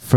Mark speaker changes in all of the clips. Speaker 1: for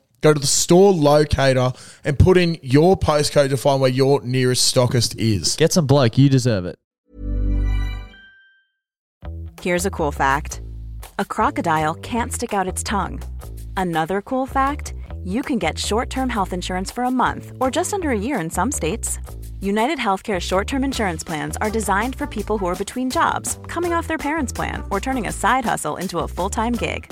Speaker 2: go to the store locator and put in your postcode to find where your nearest stockist is.
Speaker 1: Get some bloke. You deserve it.
Speaker 3: Here's a cool fact a crocodile can't stick out its tongue. Another cool fact you can get short term health insurance for a month or just under a year in some states. United Healthcare short term insurance plans are designed for people who are between jobs, coming off their parents' plan, or turning a side hustle into a full time gig.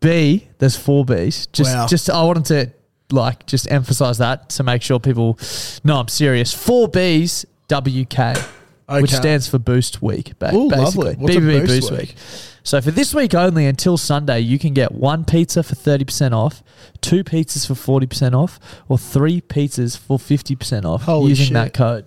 Speaker 1: B, there's four B's. Just,
Speaker 2: Wow.
Speaker 1: just I wanted to like just emphasize that to make sure people know I'm serious. Four B's WK, which
Speaker 2: Okay.
Speaker 1: stands for Boost Week. Ba-
Speaker 2: Ooh,
Speaker 1: basically,
Speaker 2: lovely. What's a
Speaker 1: BBB
Speaker 2: Boost
Speaker 1: Boost,
Speaker 2: Week?
Speaker 1: week? So for this week only, until Sunday, you can get one pizza for thirty percent off, two pizzas for forty percent off, or three pizzas for fifty percent off
Speaker 2: Holy
Speaker 1: using
Speaker 2: shit.
Speaker 1: that code.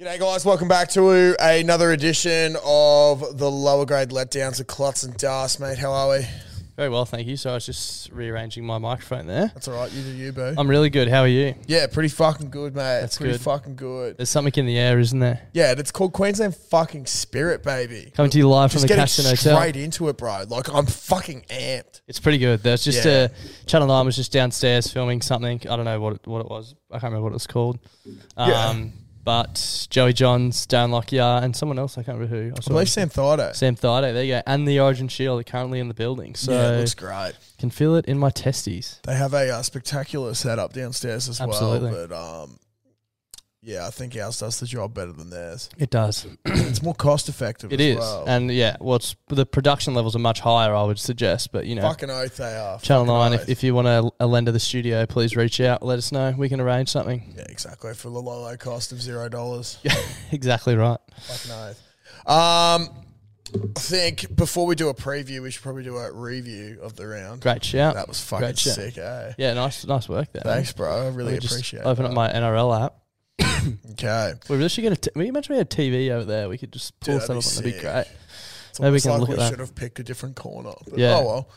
Speaker 2: G'day guys, welcome back to another edition of the lower grade letdowns of Klutz and Dust, mate. How are we?
Speaker 4: Very well, thank you. So I was just rearranging my microphone there.
Speaker 2: That's all right. You do you, boo.
Speaker 4: I'm really good. How are you?
Speaker 2: yeah, pretty fucking good, mate.
Speaker 4: Um, That's
Speaker 2: pretty
Speaker 4: good.
Speaker 2: fucking good.
Speaker 4: There's something in the air, isn't there?
Speaker 2: Yeah, and it's called Queensland fucking spirit, baby.
Speaker 4: Coming to you live from
Speaker 2: Just
Speaker 4: the
Speaker 2: getting
Speaker 4: Caston Hotel.
Speaker 2: straight into it, bro. Like I'm fucking amped.
Speaker 4: It's pretty good. There's just
Speaker 2: Yeah.
Speaker 4: uh, Channel Nine was just downstairs filming something. I don't know what it, what it was. I can't remember what it was called. Um,
Speaker 2: Yeah.
Speaker 4: But Joey Johns, Dan Lockyer, and someone else I can't remember who. I
Speaker 2: I
Speaker 4: saw
Speaker 2: believe Sam Thido.
Speaker 4: Sam Thaiday. eh? There you go. And the Origin Shield are currently in the building, so
Speaker 2: yeah, it looks great.
Speaker 4: can feel it in my testes.
Speaker 2: They have a uh, spectacular setup downstairs as well.
Speaker 4: Absolutely.
Speaker 2: But um, yeah, I think ours does the job better than theirs.
Speaker 4: It does.
Speaker 2: It's more cost effective.
Speaker 4: It
Speaker 2: as
Speaker 4: is.
Speaker 2: well.
Speaker 4: And yeah, well, it's, the production levels are much higher. I would suggest, but you know,
Speaker 2: fucking oath they are.
Speaker 4: Channel
Speaker 2: Fucking
Speaker 4: 9,
Speaker 2: oath.
Speaker 4: if, if you want to a lend to the studio, please reach out. Let us know. We can arrange something.
Speaker 2: yeah, exactly for the low, low cost of zero dollars.
Speaker 4: exactly right.
Speaker 2: fucking oath. Um, I think before we do a preview, we should probably do a review of the round.
Speaker 4: Great shout.
Speaker 2: That was fucking
Speaker 4: Great shout.
Speaker 2: sick, eh?
Speaker 4: Yeah, nice nice work there.
Speaker 2: Thanks, bro. I
Speaker 4: Let
Speaker 2: really
Speaker 4: me just
Speaker 2: appreciate.
Speaker 4: Open
Speaker 2: that.
Speaker 4: up my NRL app.
Speaker 2: Okay,
Speaker 4: We really should get a. T- we imagine we had TV over there. We could just pull
Speaker 2: Dude,
Speaker 4: something.
Speaker 2: that'd be
Speaker 4: That'd be
Speaker 2: sick.
Speaker 4: great.
Speaker 2: it's
Speaker 4: Maybe we
Speaker 2: almost
Speaker 4: can
Speaker 2: like
Speaker 4: look
Speaker 2: we
Speaker 4: at that.
Speaker 2: should have picked a different corner. But
Speaker 4: Yeah.
Speaker 2: Oh well.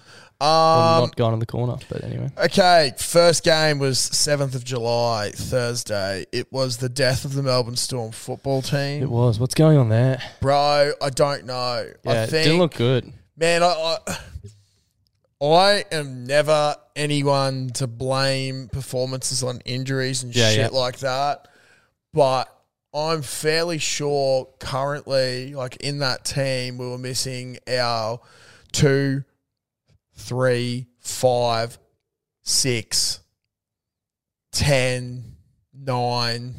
Speaker 4: Or
Speaker 2: Um,
Speaker 4: not gone in the corner, but anyway.
Speaker 2: Okay, first game was 7th of July, Thursday. It was the death of the Melbourne Storm football
Speaker 4: It
Speaker 2: team.
Speaker 4: was. What's going on there?
Speaker 2: Bro, I don't know.
Speaker 4: Yeah,
Speaker 2: I
Speaker 4: it
Speaker 2: think,
Speaker 4: didn't look good.
Speaker 2: man, I, I, I am never anyone to blame performances on injuries and
Speaker 4: Yeah,
Speaker 2: shit
Speaker 4: yeah.
Speaker 2: like that. But I'm fairly sure currently, like in that team, we were missing our two, three, five, six, ten, nine.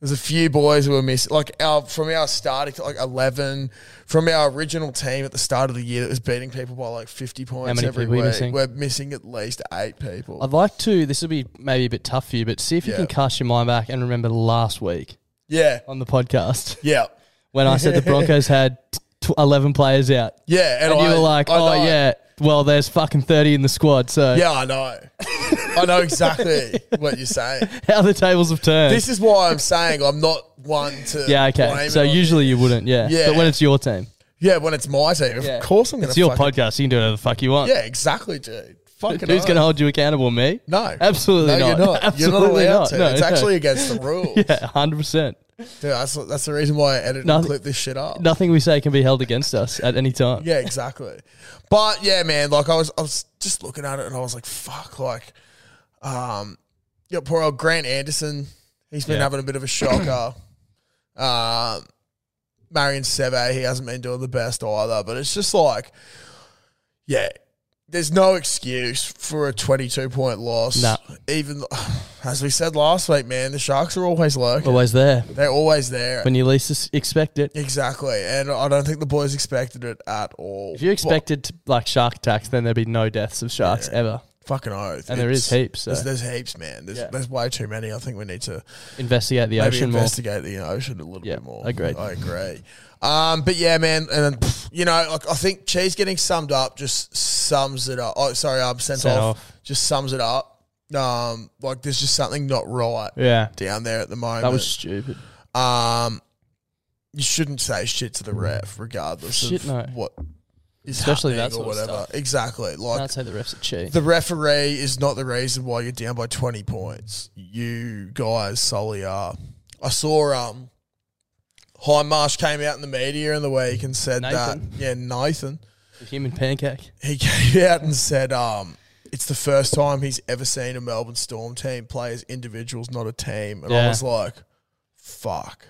Speaker 2: There's a few boys who were missing, like our from our starting like eleven, from our original team at the start of the year that was beating people by like fifty points
Speaker 1: many
Speaker 2: every
Speaker 1: people
Speaker 2: week.
Speaker 1: are you missing?
Speaker 2: We're missing at least eight people.
Speaker 1: I'd like to. This will be maybe a bit tough for you, but see if you
Speaker 2: Yeah.
Speaker 1: can cast your mind back and remember last week
Speaker 2: yeah,
Speaker 1: on the podcast
Speaker 2: yeah,
Speaker 1: when I said the Broncos had tw- eleven players out,
Speaker 2: yeah. And,
Speaker 1: and you
Speaker 2: I,
Speaker 1: were like,
Speaker 2: I
Speaker 1: "Oh
Speaker 2: know.
Speaker 1: yeah, well there's fucking thirty in the squad." So
Speaker 2: yeah, I know. I know exactly what you're saying.
Speaker 1: how the tables have turned.
Speaker 2: This is why I'm saying I'm not one to.
Speaker 1: yeah, okay.
Speaker 2: blame
Speaker 1: So
Speaker 2: it on-
Speaker 1: usually you wouldn't, yeah.
Speaker 2: Yeah.
Speaker 1: But when it's your team,
Speaker 2: yeah, when it's my team,
Speaker 1: Yeah.
Speaker 2: of course I'm going to.
Speaker 1: it's your podcast. You can do whatever the fuck you want.
Speaker 2: Yeah, exactly, dude. Fucking
Speaker 1: Who's
Speaker 2: oath.
Speaker 1: going to hold you accountable? Me?
Speaker 2: No, no,
Speaker 1: Absolutely not.
Speaker 2: You're not.
Speaker 1: Absolutely
Speaker 2: you're not allowed
Speaker 1: not.
Speaker 2: to.
Speaker 1: No,
Speaker 2: it's
Speaker 1: no.
Speaker 2: actually against the rules.
Speaker 1: Yeah, hundred percent.
Speaker 2: Dude, that's that's the reason why I edit and
Speaker 1: Nothing-
Speaker 2: clip this shit up.
Speaker 1: Nothing we say can be held against us at any time.
Speaker 2: Yeah, exactly. but yeah, man, like I was I was just looking at it and I was like, fuck, like um yeah, poor old Grant Anderson, he's been
Speaker 1: Yeah.
Speaker 2: having a bit of a shocker. um Marion Seve, he hasn't been doing the best either, but it's just like yeah, there's no excuse for a 22 point loss.
Speaker 1: Nah.
Speaker 2: Even as we said last week, man, the Sharks are always lurking.
Speaker 1: Always there
Speaker 2: They're always there.
Speaker 1: when you least es- expect it.
Speaker 2: Exactly, and I don't think the boys expected it at all.
Speaker 1: If you expected to, like shark attacks, then there'd be no deaths of sharks ever.
Speaker 2: But fucking oath,
Speaker 1: And there is
Speaker 2: It's-
Speaker 1: heaps, so-
Speaker 2: There's, there's heaps, man. There's
Speaker 1: Yeah.
Speaker 2: there's way too many. I think we need to
Speaker 1: Investigate the
Speaker 2: maybe
Speaker 1: ocean more.
Speaker 2: investigate the ocean a little
Speaker 1: Yeah,
Speaker 2: bit more.
Speaker 1: agreed.
Speaker 2: I agree. Um, but yeah, man, and then, pff, you know, like I think cheese getting summed up just sums it up. Oh, sorry, I'm sent,
Speaker 1: Sent
Speaker 2: off,
Speaker 1: off.
Speaker 2: Just sums it up. Um, like there's just something not right
Speaker 1: Yeah,
Speaker 2: down there at the moment.
Speaker 1: that was stupid.
Speaker 2: um, you shouldn't say shit to the ref, regardless
Speaker 1: Shit,
Speaker 2: of
Speaker 1: no.
Speaker 2: what is especially
Speaker 1: Especially that
Speaker 2: happening or
Speaker 1: sort of
Speaker 2: whatever.
Speaker 1: stuff.
Speaker 2: Exactly. Like
Speaker 1: I'd say the refs are cheap.
Speaker 2: the referee is not the reason why you're down by 20 points. You guys solely are. I saw um, Highmarsh came out in the media in the week and said
Speaker 1: Nathan.
Speaker 2: that. Yeah, Nathan.
Speaker 1: human pancake.
Speaker 2: He came out and said um, it's the first time he's ever seen a Melbourne Storm team play as individuals, not a team. And I
Speaker 1: Yeah.
Speaker 2: was like, fuck.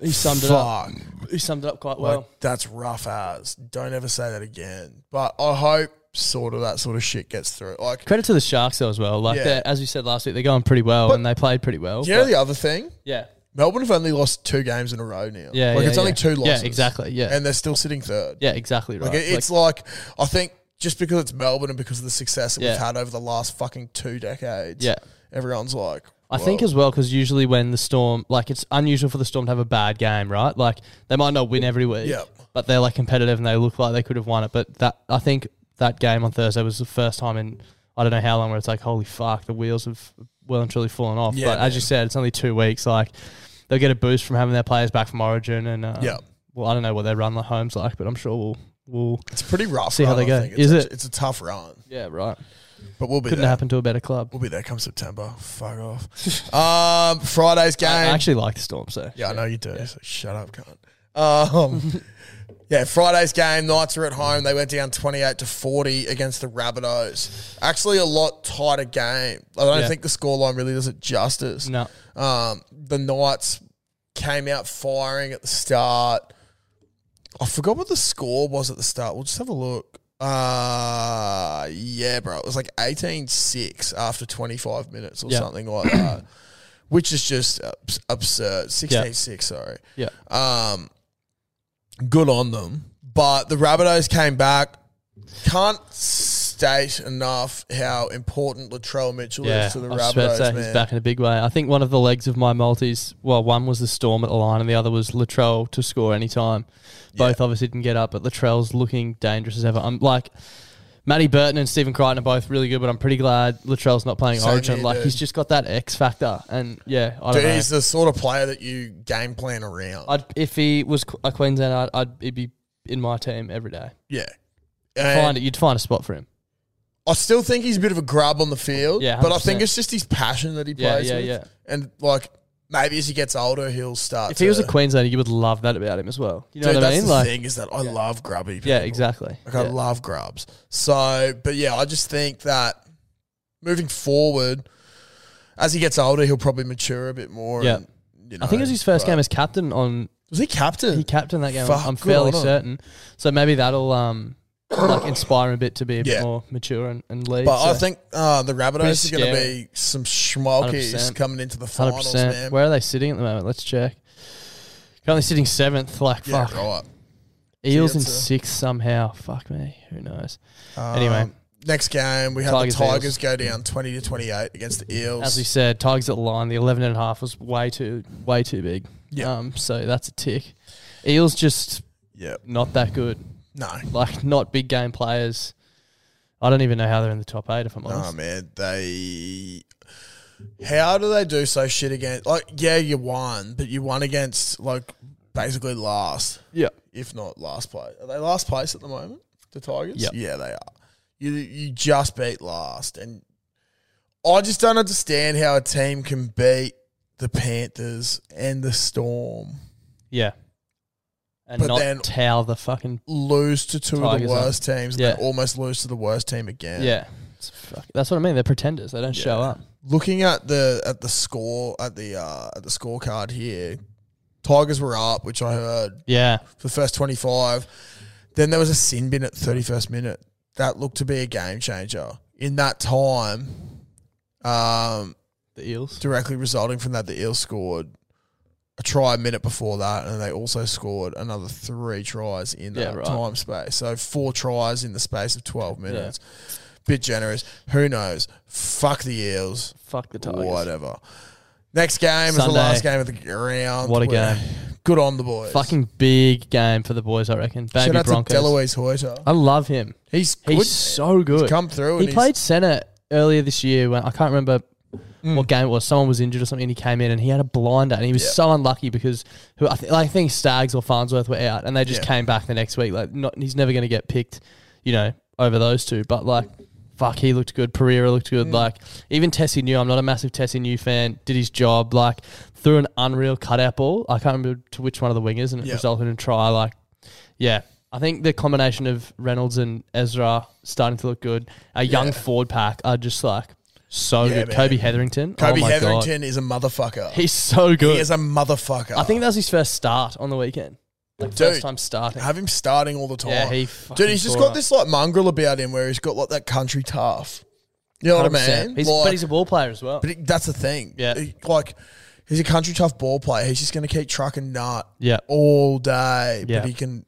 Speaker 1: He summed it up.
Speaker 2: fuck.
Speaker 1: He summed it up
Speaker 2: Like,
Speaker 1: quite well.
Speaker 2: that's rough as. Don't ever say that again. But I hope sort of that sort of shit gets through. Like,
Speaker 1: Credit to the sharks though as well. Like
Speaker 2: Yeah.
Speaker 1: they're as we said last week, they're going pretty well
Speaker 2: But-
Speaker 1: and they played pretty well.
Speaker 2: do you know
Speaker 1: but-
Speaker 2: the other thing?
Speaker 1: yeah,
Speaker 2: Melbourne have only lost two games in a row now.
Speaker 1: yeah,
Speaker 2: like
Speaker 1: yeah,
Speaker 2: it's only
Speaker 1: yeah.
Speaker 2: two losses.
Speaker 1: Yeah, exactly. Yeah,
Speaker 2: And they're still sitting third.
Speaker 1: yeah, exactly right.
Speaker 2: Like it- it's like I think just because it's Melbourne and because of the success that
Speaker 1: Yeah.
Speaker 2: we've had over the last fucking two decades,
Speaker 1: yeah.
Speaker 2: everyone's like,
Speaker 1: I think
Speaker 2: "Whoa."
Speaker 1: as well because usually when the storm, like it's unusual for the storm to have a bad game, right? Like they might not win every week,
Speaker 2: Yep.
Speaker 1: but they're like competitive and they look like they could have won it. But that I think that game on Thursday was the first time in I don't know how long where it's like holy fuck, the wheels have well and truly fallen off.
Speaker 2: Yeah,
Speaker 1: but as you
Speaker 2: man.
Speaker 1: said, it's only two weeks. Like they'll get a boost from having their players back from Origin, and uh,
Speaker 2: Yep.
Speaker 1: Well, I don't know what their run home's like, but I'm sure we'll we'll
Speaker 2: it's pretty rough.
Speaker 1: See how
Speaker 2: run,
Speaker 1: they
Speaker 2: I
Speaker 1: go.
Speaker 2: think.
Speaker 1: Is
Speaker 2: it's
Speaker 1: it?
Speaker 2: A, it's a tough run,
Speaker 1: yeah right.
Speaker 2: but we'll be
Speaker 1: Couldn't
Speaker 2: there.
Speaker 1: happen to a better club.
Speaker 2: We'll be there come September. Fuck off. um, Friday's game.
Speaker 1: I actually like the storm, so
Speaker 2: Yeah, I know you do. So shut up, cunt. Um, yeah, Friday's game. Knights are at home. They went down twenty-eight to forty against the Rabbitohs. Actually, a lot tighter game. I don't
Speaker 1: Yeah.
Speaker 2: think the scoreline really does it justice.
Speaker 1: no.
Speaker 2: Um, the Knights came out firing at the start. I forgot what the score was at the start. We'll just have a look. Uh, yeah, bro. It was like 18 6 after 25 minutes or
Speaker 1: Yeah.
Speaker 2: something like that, which is just abs- absurd. 16 6, sorry.
Speaker 1: Yeah,
Speaker 2: Um, good on them. But the Rabbitohs came back. Can't state enough how important Latrell Mitchell
Speaker 1: Yeah,
Speaker 2: is to the
Speaker 1: I was about to
Speaker 2: Rabbitohs.
Speaker 1: say
Speaker 2: man.
Speaker 1: he's back in a big way. I think one of the legs of my multis, well, one was the storm at the line, and the other was Latrell to score any time. Both obviously didn't get up, but Latrell's looking dangerous as ever. I'm like, Matty Burton and Stephen Crichton are both really good, but I'm pretty glad Latrell's not playing
Speaker 2: Same
Speaker 1: Origin.
Speaker 2: here,
Speaker 1: like
Speaker 2: dude.
Speaker 1: he's just got that X factor, and yeah, I don't
Speaker 2: Dude,
Speaker 1: know.
Speaker 2: he's the sort of player that you game plan around.
Speaker 1: I'd, if he was Qu- a Queenslander, I'd, I'd he'd be in my team every day.
Speaker 2: yeah.
Speaker 1: Find
Speaker 2: And
Speaker 1: it, you'd find a spot for him.
Speaker 2: I still think he's a bit of a grub on the field,
Speaker 1: Yeah,
Speaker 2: but I think
Speaker 1: 100%.
Speaker 2: it's just his passion that he
Speaker 1: Yeah,
Speaker 2: plays
Speaker 1: yeah,
Speaker 2: with.
Speaker 1: yeah.
Speaker 2: And like maybe as he gets older, he'll start.
Speaker 1: If he was a
Speaker 2: to-
Speaker 1: Queenslander, you would love that about him as well. You know
Speaker 2: Dude,
Speaker 1: what I
Speaker 2: that's
Speaker 1: mean?
Speaker 2: the
Speaker 1: Like,
Speaker 2: thing is that I love grubby. People.
Speaker 1: yeah, exactly.
Speaker 2: Like I
Speaker 1: Yeah.
Speaker 2: love grubs. So, but yeah, I just think that moving forward, as he gets older, he'll probably mature a bit more.
Speaker 1: Yeah.
Speaker 2: and, you know,
Speaker 1: I think it was his first
Speaker 2: but-
Speaker 1: game as captain on
Speaker 2: Was he captain?
Speaker 1: He captained that game.
Speaker 2: Fuck,
Speaker 1: I'm
Speaker 2: good
Speaker 1: fairly
Speaker 2: on him.
Speaker 1: certain. So maybe that'll um like inspire him a bit to be a
Speaker 2: Yeah.
Speaker 1: bit more mature and, and lead.
Speaker 2: But I
Speaker 1: so-
Speaker 2: think uh, the Rabbitohs
Speaker 1: Pretty
Speaker 2: is going to
Speaker 1: scary.
Speaker 2: be some schmalkies
Speaker 1: 100%.
Speaker 2: coming into the
Speaker 1: Hundred
Speaker 2: finals, man.
Speaker 1: percent. Where are they sitting at the moment? Let's check. Currently sitting seventh. Like
Speaker 2: yeah,
Speaker 1: fuck,
Speaker 2: right.
Speaker 1: Eels in
Speaker 2: It's a-
Speaker 1: sixth somehow. Fuck me. Who knows? anyway,
Speaker 2: Um, next game we had
Speaker 1: Tigers,
Speaker 2: the
Speaker 1: Eels.
Speaker 2: Tigers go down twenty to twenty eight against the Eels.
Speaker 1: as we said, Tigers at the line. The eleven and a half was way too way too big.
Speaker 2: Yeah.
Speaker 1: Um. So that's a tick. Eels just
Speaker 2: yeah,
Speaker 1: not that good.
Speaker 2: no,
Speaker 1: Like not big game players. I don't even know how they're in the top eight. If I'm honest.
Speaker 2: Oh man, they. How do they do so shit against? Like, yeah, you won, but you won against like basically last,
Speaker 1: yeah.
Speaker 2: if not last place. Are they last place at the moment? The Tigers?
Speaker 1: Yep.
Speaker 2: Yeah, they are. You you just beat last, and I just don't understand how a team can beat the Panthers and the Storm,
Speaker 1: Yeah. And
Speaker 2: But
Speaker 1: not
Speaker 2: then-
Speaker 1: towel the fucking
Speaker 2: lose to two of
Speaker 1: Tigers are-
Speaker 2: the worst teams, and
Speaker 1: yeah.
Speaker 2: then almost lose to the worst team again.
Speaker 1: yeah. It's fuck- that's what I mean. They're pretenders. They don't show
Speaker 2: Yeah.
Speaker 1: up.
Speaker 2: looking at the at the score at the uh, at the scorecard here, Tigers were up, which I heard
Speaker 1: Yeah.
Speaker 2: for the first twenty five. Then there was a sin bin at thirty first minute that looked to be a game changer. In that time, um,
Speaker 1: The Eels.
Speaker 2: directly resulting from that, the Eels scored a try a minute before that, and they also scored another three tries in that
Speaker 1: Yeah, right.
Speaker 2: time space. So four tries in the space of twelve minutes. Bit generous. Who knows? Fuck the Eels.
Speaker 1: Fuck the Tigers.
Speaker 2: Whatever. Next game is the
Speaker 1: Sunday.
Speaker 2: last game of the round.
Speaker 1: What a
Speaker 2: We're-
Speaker 1: game.
Speaker 2: Good on the boys.
Speaker 1: Fucking big game for the boys, I reckon. Baby
Speaker 2: Shout out
Speaker 1: Broncos.
Speaker 2: to Deloise Hoyter.
Speaker 1: I love him.
Speaker 2: He's good.
Speaker 1: He's so good.
Speaker 2: He's come through.
Speaker 1: he
Speaker 2: and
Speaker 1: played centre earlier this year when I can't remember what game it was. Someone was injured or something, and he came in and he had a blinder, and he was
Speaker 2: Yeah.
Speaker 1: so unlucky because who I, th- I think Stags or Farnsworth were out, and they just
Speaker 2: Yeah.
Speaker 1: came back the next week. Like, not, he's never going to get picked, you know, over those two. But like, fuck, he looked good. Pereira looked good.
Speaker 2: Hmm.
Speaker 1: Like, even Tessie New, I'm not a massive Tessie New fan. Did his job. Like, threw an unreal cutout ball. I can't remember to which one of the wingers, and it
Speaker 2: Yeah.
Speaker 1: resulted in a try. Like, yeah. I think the combination of Reynolds and Ezra starting to look good. A young
Speaker 2: Yeah.
Speaker 1: forward pack are just like so
Speaker 2: Yeah,
Speaker 1: good.
Speaker 2: man.
Speaker 1: Kobe Hetherington.
Speaker 2: Kobe
Speaker 1: oh my
Speaker 2: Hetherington is a motherfucker.
Speaker 1: God. He's so
Speaker 2: he
Speaker 1: good.
Speaker 2: is a motherfucker.
Speaker 1: I think that was his first start on the weekend. Like
Speaker 2: Dude.
Speaker 1: first time starting.
Speaker 2: have him starting all the time.
Speaker 1: Yeah, he
Speaker 2: Dude,
Speaker 1: fucking
Speaker 2: he's just
Speaker 1: tore
Speaker 2: got
Speaker 1: up.
Speaker 2: this like mongrel about him where he's got like that country tough. You know what I
Speaker 1: 100%.
Speaker 2: mean?
Speaker 1: He's,
Speaker 2: Like-
Speaker 1: but he's a ball player as well.
Speaker 2: but it- that's the thing.
Speaker 1: Yeah.
Speaker 2: He- like he's a country tough ball player. He's just going to keep trucking nut
Speaker 1: Yeah.
Speaker 2: all day,
Speaker 1: Yeah.
Speaker 2: but he can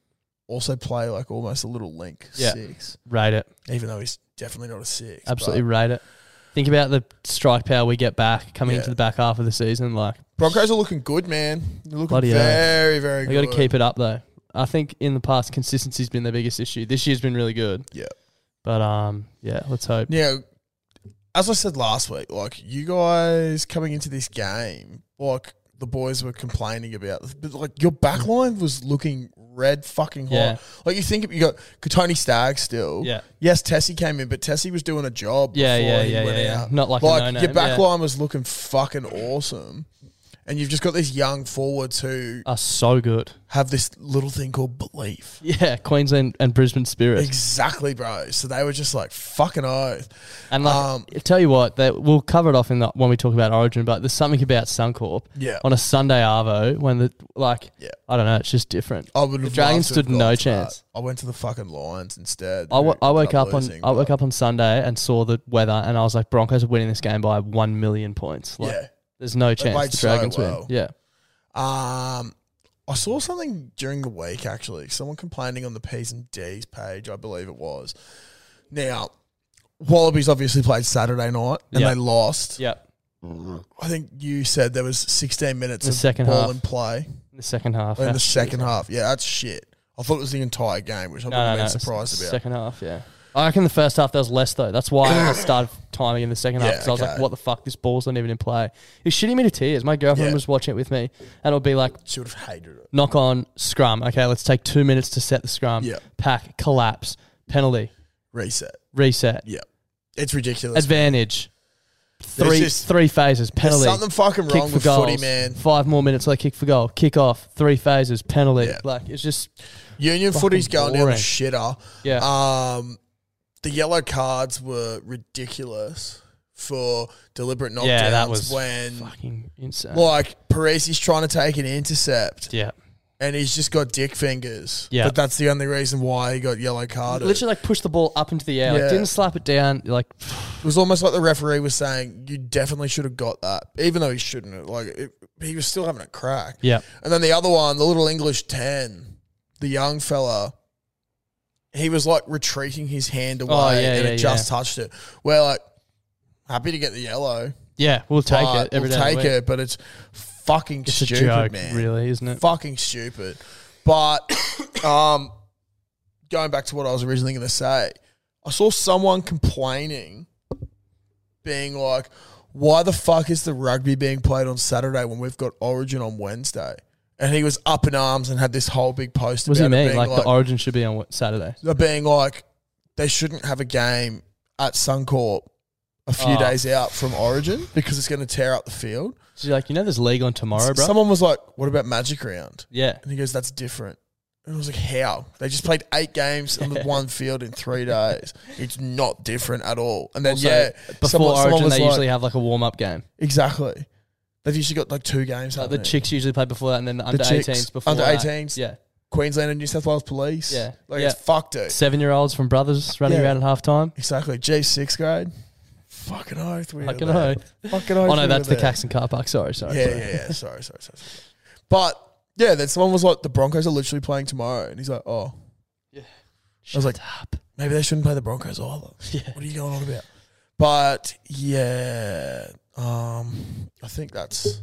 Speaker 2: also play like almost a little link
Speaker 1: Yeah.
Speaker 2: six,
Speaker 1: Rate it.
Speaker 2: even though he's definitely not a six. but-
Speaker 1: Absolutely rate it. Think about the strike power we get back coming
Speaker 2: Yeah.
Speaker 1: into the back half of the season. Like
Speaker 2: Broncos are looking good, man. They're looking
Speaker 1: Bloody hell.
Speaker 2: very, very
Speaker 1: they
Speaker 2: good.
Speaker 1: gotta keep it up though. I think in the past consistency's been their biggest issue. This year's been really good.
Speaker 2: Yeah.
Speaker 1: But um yeah, let's hope.
Speaker 2: Now, as I said last week, like you guys coming into this game, like the boys were complaining about, this, but like your back line was looking red fucking hot.
Speaker 1: Mm. Yeah.
Speaker 2: Like you think you got Tony Stagg still.
Speaker 1: Yeah.
Speaker 2: Yes, Tessie came in, but Tessie was doing a job.
Speaker 1: Yeah,
Speaker 2: before
Speaker 1: yeah,
Speaker 2: he
Speaker 1: yeah,
Speaker 2: went
Speaker 1: yeah, yeah.
Speaker 2: out.
Speaker 1: Not like a
Speaker 2: like
Speaker 1: no-name,
Speaker 2: your back
Speaker 1: yeah.
Speaker 2: line was looking fucking awesome, and you've just got these young forwards who
Speaker 1: Are so good.
Speaker 2: have this little thing called belief.
Speaker 1: Yeah, Queensland and Brisbane Spirit.
Speaker 2: Exactly, bro. So they were just like fucking oath.
Speaker 1: And like,
Speaker 2: Um,
Speaker 1: I tell you what, that we'll cover it off in the, when we talk about Origin. But there's something about Suncorp
Speaker 2: Yeah.
Speaker 1: on a Sunday arvo when the like,
Speaker 2: Yeah. Oh,
Speaker 1: I don't know, it's just different.
Speaker 2: I would
Speaker 1: the
Speaker 2: have
Speaker 1: Dragons
Speaker 2: loved to
Speaker 1: stood
Speaker 2: have gone
Speaker 1: no
Speaker 2: for that.
Speaker 1: chance.
Speaker 2: I went to the fucking Lions instead.
Speaker 1: I, w-
Speaker 2: who
Speaker 1: I
Speaker 2: ended
Speaker 1: woke up on
Speaker 2: losing,
Speaker 1: I woke
Speaker 2: but-
Speaker 1: up on Sunday and saw the weather, and I was like, Broncos are winning this game by one million points. Like,
Speaker 2: Yeah.
Speaker 1: there's no
Speaker 2: played
Speaker 1: chance the
Speaker 2: so
Speaker 1: Dragons
Speaker 2: well.
Speaker 1: win. Yeah,
Speaker 2: Um, I saw something during the week actually. Someone complaining on the P's and D's page, I believe it was. Now, Wallabies obviously played Saturday night and
Speaker 1: Yeah.
Speaker 2: they lost.
Speaker 1: yeah.
Speaker 2: I think you said there was 16 minutes
Speaker 1: The
Speaker 2: of
Speaker 1: second
Speaker 2: ball
Speaker 1: half.
Speaker 2: and play
Speaker 1: In the second half.
Speaker 2: in the
Speaker 1: that's-
Speaker 2: second half. Yeah, that's shit. I thought it was the entire game, which I wouldn't
Speaker 1: no, no,
Speaker 2: have
Speaker 1: no,
Speaker 2: been
Speaker 1: it's-
Speaker 2: surprised
Speaker 1: it's
Speaker 2: about.
Speaker 1: Second half, yeah. I reckon the first half there was less though. That's why I started timing in the second half
Speaker 2: Yeah,
Speaker 1: because I was like,
Speaker 2: okay.
Speaker 1: "What the fuck? This ball's not even in play." It was shitting me to tears. My girlfriend
Speaker 2: Yeah.
Speaker 1: was watching it with me, and it'll be like,
Speaker 2: She would have hated it.
Speaker 1: knock on scrum. Okay, let's take two minutes to set the scrum.
Speaker 2: Yeah.
Speaker 1: Pack, collapse, penalty,
Speaker 2: Reset.
Speaker 1: reset,
Speaker 2: Yeah. It's ridiculous.
Speaker 1: advantage.
Speaker 2: There's
Speaker 1: Three
Speaker 2: just-
Speaker 1: three phases,
Speaker 2: There's
Speaker 1: penalty,
Speaker 2: something fucking
Speaker 1: kick
Speaker 2: wrong
Speaker 1: for
Speaker 2: with
Speaker 1: goal.
Speaker 2: footy, man.
Speaker 1: Five more minutes left, kick for goal, kick off, three phases, penalty.
Speaker 2: Yeah.
Speaker 1: Like it's just
Speaker 2: Union footy's going down the
Speaker 1: boring.
Speaker 2: shitter.
Speaker 1: yeah.
Speaker 2: Um, the yellow cards were ridiculous for deliberate knockdowns
Speaker 1: yeah, that was
Speaker 2: when
Speaker 1: fucking insane.
Speaker 2: like Parisi's trying to take an intercept
Speaker 1: yeah.
Speaker 2: and he's just got dick fingers.
Speaker 1: Yeah.
Speaker 2: But that's the only reason why he got yellow carded.
Speaker 1: Literally, like pushed the ball up into the air. Like
Speaker 2: Yeah.
Speaker 1: didn't slap it down. Like
Speaker 2: It was almost like the referee was saying, "You definitely should have got that, even though he shouldn't." have. Like it, he was still having a crack.
Speaker 1: yeah,
Speaker 2: And then the other one, the little English ten, the young fella, he was like retreating his hand away,
Speaker 1: Oh, yeah,
Speaker 2: and
Speaker 1: yeah,
Speaker 2: it
Speaker 1: yeah.
Speaker 2: just touched it. We're like happy to get the yellow,
Speaker 1: yeah. We'll take
Speaker 2: but
Speaker 1: it. Every
Speaker 2: we'll
Speaker 1: day of the
Speaker 2: take
Speaker 1: week.
Speaker 2: it, but it's fucking
Speaker 1: It's a
Speaker 2: stupid,
Speaker 1: joke,
Speaker 2: man.
Speaker 1: really, isn't it?
Speaker 2: Fucking stupid. But um, going back to what I was originally going to say, I saw someone complaining, being like, "Why the fuck is the rugby being played on Saturday when we've got Origin on Wednesday?" And he was up in arms and had this whole big post
Speaker 1: What does he
Speaker 2: about it
Speaker 1: mean?
Speaker 2: being
Speaker 1: Like, the origin should be on what- Saturday.
Speaker 2: they're being like they shouldn't have a game at Suncorp a few
Speaker 1: Oh.
Speaker 2: days out from Origin because it's going to tear up the field.
Speaker 1: So you're like, you know, there's league on tomorrow, bro.
Speaker 2: Someone was like, "What about Magic Round?"
Speaker 1: yeah,
Speaker 2: And he goes, that's different. And I was like, how? They just played eight games on the one field in three days. It's not different at all. And then,
Speaker 1: Also,
Speaker 2: yeah,
Speaker 1: Before
Speaker 2: someone- someone
Speaker 1: Origin,
Speaker 2: was
Speaker 1: they
Speaker 2: like-
Speaker 1: usually have like a warm up game.
Speaker 2: Exactly. They've usually got like two games.
Speaker 1: Like
Speaker 2: Like
Speaker 1: the chicks usually play before that, and then the under
Speaker 2: chicks,
Speaker 1: 18s before
Speaker 2: under
Speaker 1: that.
Speaker 2: 18s.
Speaker 1: Yeah,
Speaker 2: Queensland and New South Wales Police.
Speaker 1: Yeah.
Speaker 2: Like,
Speaker 1: Yeah.
Speaker 2: it's fucked, it.
Speaker 1: seven year olds from brothers running
Speaker 2: Yeah.
Speaker 1: around at halftime.
Speaker 2: Exactly. G sixth grade. Fucking oath. We were
Speaker 1: Fucking
Speaker 2: there.
Speaker 1: know.
Speaker 2: Fucking oath.
Speaker 1: Oh no,
Speaker 2: we
Speaker 1: that's
Speaker 2: were
Speaker 1: the
Speaker 2: there.
Speaker 1: Caxton car park. Sorry, sorry.
Speaker 2: Yeah,
Speaker 1: sorry.
Speaker 2: yeah, yeah. Sorry, sorry, sorry, sorry. But yeah, then someone was like, the Broncos are literally playing tomorrow. And he's like, oh, I was like, maybe they shouldn't play the Broncos either. What are you going on about? But yeah, um, I think that's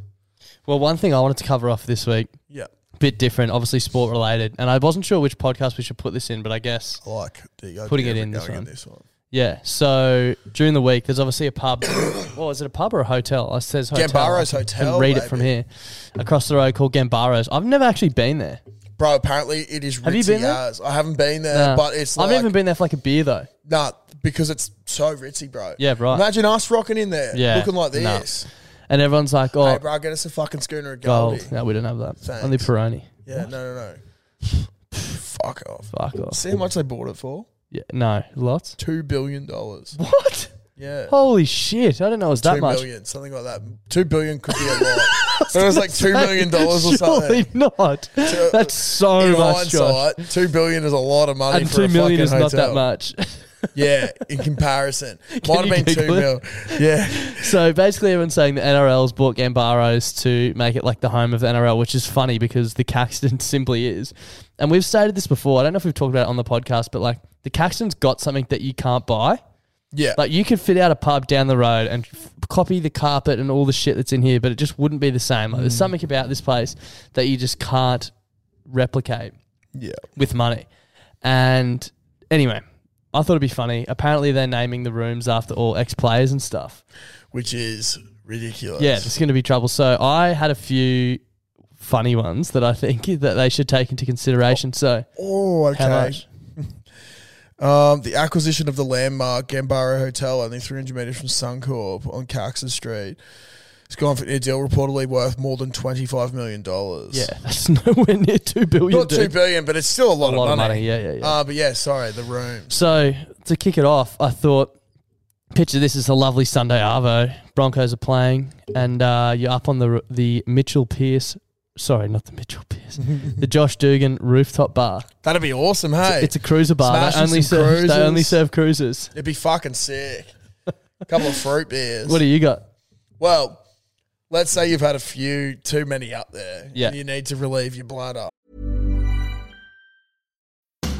Speaker 1: Well, one thing I wanted to cover off this week,
Speaker 2: yeah.
Speaker 1: bit different, obviously sport related, and I wasn't sure which podcast we should put this in, but I guess
Speaker 2: I like the idea
Speaker 1: Putting it
Speaker 2: of
Speaker 1: in this
Speaker 2: going
Speaker 1: one. yeah. So during the week, there's obviously a pub. well, is it a pub or a hotel? It says hotel.
Speaker 2: Gambaro's
Speaker 1: I can-
Speaker 2: Hotel,
Speaker 1: Can read it from
Speaker 2: baby.
Speaker 1: here, across the road called Gambaro's. I've never actually been there.
Speaker 2: bro. Apparently, it is.
Speaker 1: Have you
Speaker 2: ritzy
Speaker 1: been there?
Speaker 2: as. I haven't been there,
Speaker 1: Nah.
Speaker 2: Uh, but it's. Like,
Speaker 1: I've even been there for like a beer though.
Speaker 2: nah because it's so ritzy, bro.
Speaker 1: Yeah, right.
Speaker 2: Imagine us rocking in there,
Speaker 1: Yeah,
Speaker 2: looking like
Speaker 1: nah.
Speaker 2: this.
Speaker 1: And everyone's like, "Oh,
Speaker 2: Hey, bro, get us a fucking schooner of
Speaker 1: gold."
Speaker 2: Goldie.
Speaker 1: No, we don't have that.
Speaker 2: Thanks.
Speaker 1: Only Peroni.
Speaker 2: Yeah, no, no, no. Fuck off.
Speaker 1: Fuck off.
Speaker 2: See how much they bought it for?
Speaker 1: Yeah, no, lots.
Speaker 2: Two billion dollars.
Speaker 1: What?
Speaker 2: Yeah.
Speaker 1: Holy shit! I didn't know it was that
Speaker 2: Two
Speaker 1: much.
Speaker 2: million, something like that. Two billion could be a lot. but it was like two million dollars or something.
Speaker 1: Surely not. That's so
Speaker 2: in
Speaker 1: much, Josh.
Speaker 2: hindsight, two billion is a lot of money.
Speaker 1: And
Speaker 2: for
Speaker 1: two
Speaker 2: a
Speaker 1: million is
Speaker 2: fucking
Speaker 1: not that
Speaker 2: hotel.
Speaker 1: much.
Speaker 2: Yeah, in comparison, might have
Speaker 1: you
Speaker 2: been two
Speaker 1: Google
Speaker 2: mil.
Speaker 1: it?
Speaker 2: Yeah,
Speaker 1: so basically, everyone's saying the NRL's bought Gambaros to make it like the home of the NRL, which is funny because the Caxton simply is. And we've stated this before. I don't know if we've talked about it on the podcast, but like the Caxton's got something that you can't buy.
Speaker 2: yeah.
Speaker 1: Like you could fit out a pub down the road and f- copy the carpet and all the shit that's in here, but it just wouldn't be the same. Like,
Speaker 2: Mm.
Speaker 1: There's something about this place that you just can't replicate.
Speaker 2: yeah.
Speaker 1: with money. And anyway, I thought it'd be funny. Apparently, they're naming the rooms after all ex players and stuff.
Speaker 2: Which is ridiculous.
Speaker 1: Yeah, it's going to be trouble. So I had a few funny ones that I think that they should take into consideration. So
Speaker 2: Oh,
Speaker 1: how
Speaker 2: okay.
Speaker 1: much?
Speaker 2: Um, the acquisition of the landmark Gambaro Hotel, only 300 metres from Suncorp on Caxton Street, has gone for a deal reportedly worth more than 25 million dollars.
Speaker 1: Yeah, that's nowhere near two billion.
Speaker 2: not two
Speaker 1: dude.
Speaker 2: billion, but it's still a lot,
Speaker 1: A lot
Speaker 2: of, money.
Speaker 1: Yeah, yeah, yeah.
Speaker 2: Uh, but yeah, sorry, the rooms.
Speaker 1: So to kick it off, I thought, picture this is a lovely Sunday arvo. Broncos are playing, and uh, you're up on the the Mitchell Pierce. Sorry, not the Mitchell Pierce. the Josh Dugan rooftop bar.
Speaker 2: That'd be awesome, hey.
Speaker 1: It's a cruiser bar. They
Speaker 2: Smashing
Speaker 1: only
Speaker 2: some
Speaker 1: serve
Speaker 2: cruisers.
Speaker 1: they only serve cruisers.
Speaker 2: It'd be fucking sick. A couple of fruit beers.
Speaker 1: What do you got?
Speaker 2: well, let's say you've had a few too many up there.
Speaker 1: Yeah.
Speaker 2: And you need to relieve your bladder.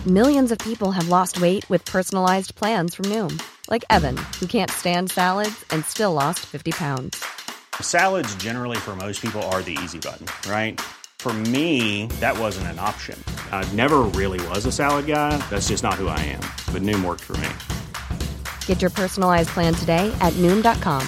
Speaker 5: Millions of people have lost weight with personalized plans from Noom, like Evan, who can't stand salads and still lost 50 pounds.
Speaker 6: Salads, generally, for most people, are the easy button, right? For me, that wasn't an option. I never really was a salad guy. That's just not who I am. But Noom worked for me.
Speaker 5: Get your personalized plan today at Noom.com.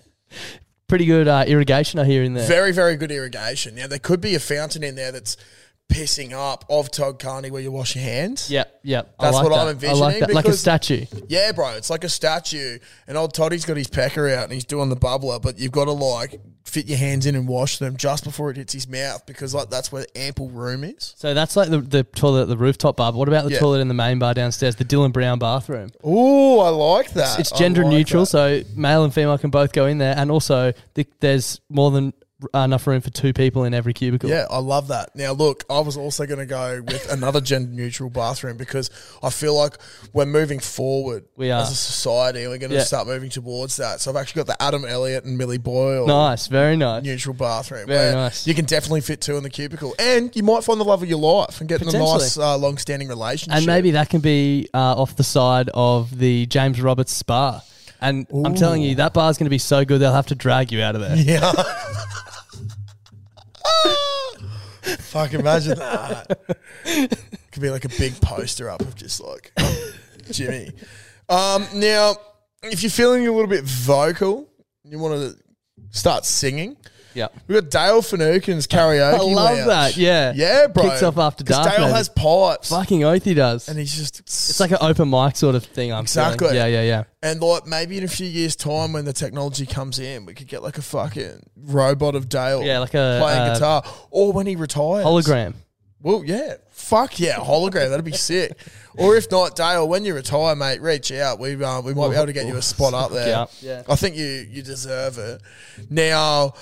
Speaker 1: Pretty good uh, irrigation I hear in there.
Speaker 2: Very, very good irrigation. Now, there could be a fountain in there that's pissing up of Todd Carney where you wash your hands.
Speaker 1: Yeah, yeah.
Speaker 2: That's
Speaker 1: I like
Speaker 2: what I'm
Speaker 1: that. I like
Speaker 2: envisioning
Speaker 1: that. Like a
Speaker 2: because-
Speaker 1: statue.
Speaker 2: Yeah, bro, it's like a statue. And old Toddy's got his pecker out and he's doing the bubbler, but you've got to like fit your hands in and wash them just before it hits his mouth because like that's where ample room is.
Speaker 1: So that's like the, the toilet at the rooftop bar. But what about the
Speaker 2: Yeah.
Speaker 1: toilet in the main bar downstairs, the Dylan Brown bathroom?
Speaker 2: Ooh, I like that.
Speaker 1: It's gender neutral, so male and female can both go in there. And also, the, there's more than uh, enough room for two people in every cubicle.
Speaker 2: Yeah, I love that. Now, look, I was also going to go with another gender neutral bathroom because I feel like we're moving forward
Speaker 1: We are.
Speaker 2: as a society and we're going to
Speaker 1: Yeah.
Speaker 2: start moving towards that. So I've actually got the Adam Elliott and Millie Boyle
Speaker 1: Nice, very nice.
Speaker 2: neutral bathroom.
Speaker 1: Very
Speaker 2: where
Speaker 1: nice.
Speaker 2: You can definitely fit two in the cubicle, and you might find the love of your life and get in a
Speaker 1: Potentially.
Speaker 2: nice, uh, long-standing relationship.
Speaker 1: And maybe that can be uh, off the side of the James Roberts Spa. And I'm telling you, that bar's going to be so good, they'll have to drag you out of there.
Speaker 2: yeah. Fuck! Imagine that. Could be like a big poster up of just like Jimmy. Um, now, if you're feeling a little bit vocal, you want to start singing.
Speaker 1: Yeah.
Speaker 2: We got Dale Finucane's karaoke.
Speaker 1: I love
Speaker 2: lounge.
Speaker 1: that, yeah.
Speaker 2: yeah, bro.
Speaker 1: Kicks off after
Speaker 2: 'Cause
Speaker 1: dark,
Speaker 2: Dale
Speaker 1: maybe.
Speaker 2: has pipes,
Speaker 1: Fucking oath he does.
Speaker 2: and he's just
Speaker 1: it's like an open mic sort of thing. I'm feeling.
Speaker 2: Exactly.
Speaker 1: Yeah, yeah, yeah.
Speaker 2: And like maybe in a few years' time, when the technology comes in, we could get like a fucking robot of Dale,
Speaker 1: Yeah, like a,
Speaker 2: playing
Speaker 1: uh,
Speaker 2: guitar, or when he retires,
Speaker 1: Hologram.
Speaker 2: Well, yeah, fuck yeah, hologram. That'd be sick. Or if not, Dale, when you retire, mate, reach out. We um, we might be able to get you a spot up there.
Speaker 1: Yeah. Yeah.
Speaker 2: I think you you deserve it. Now,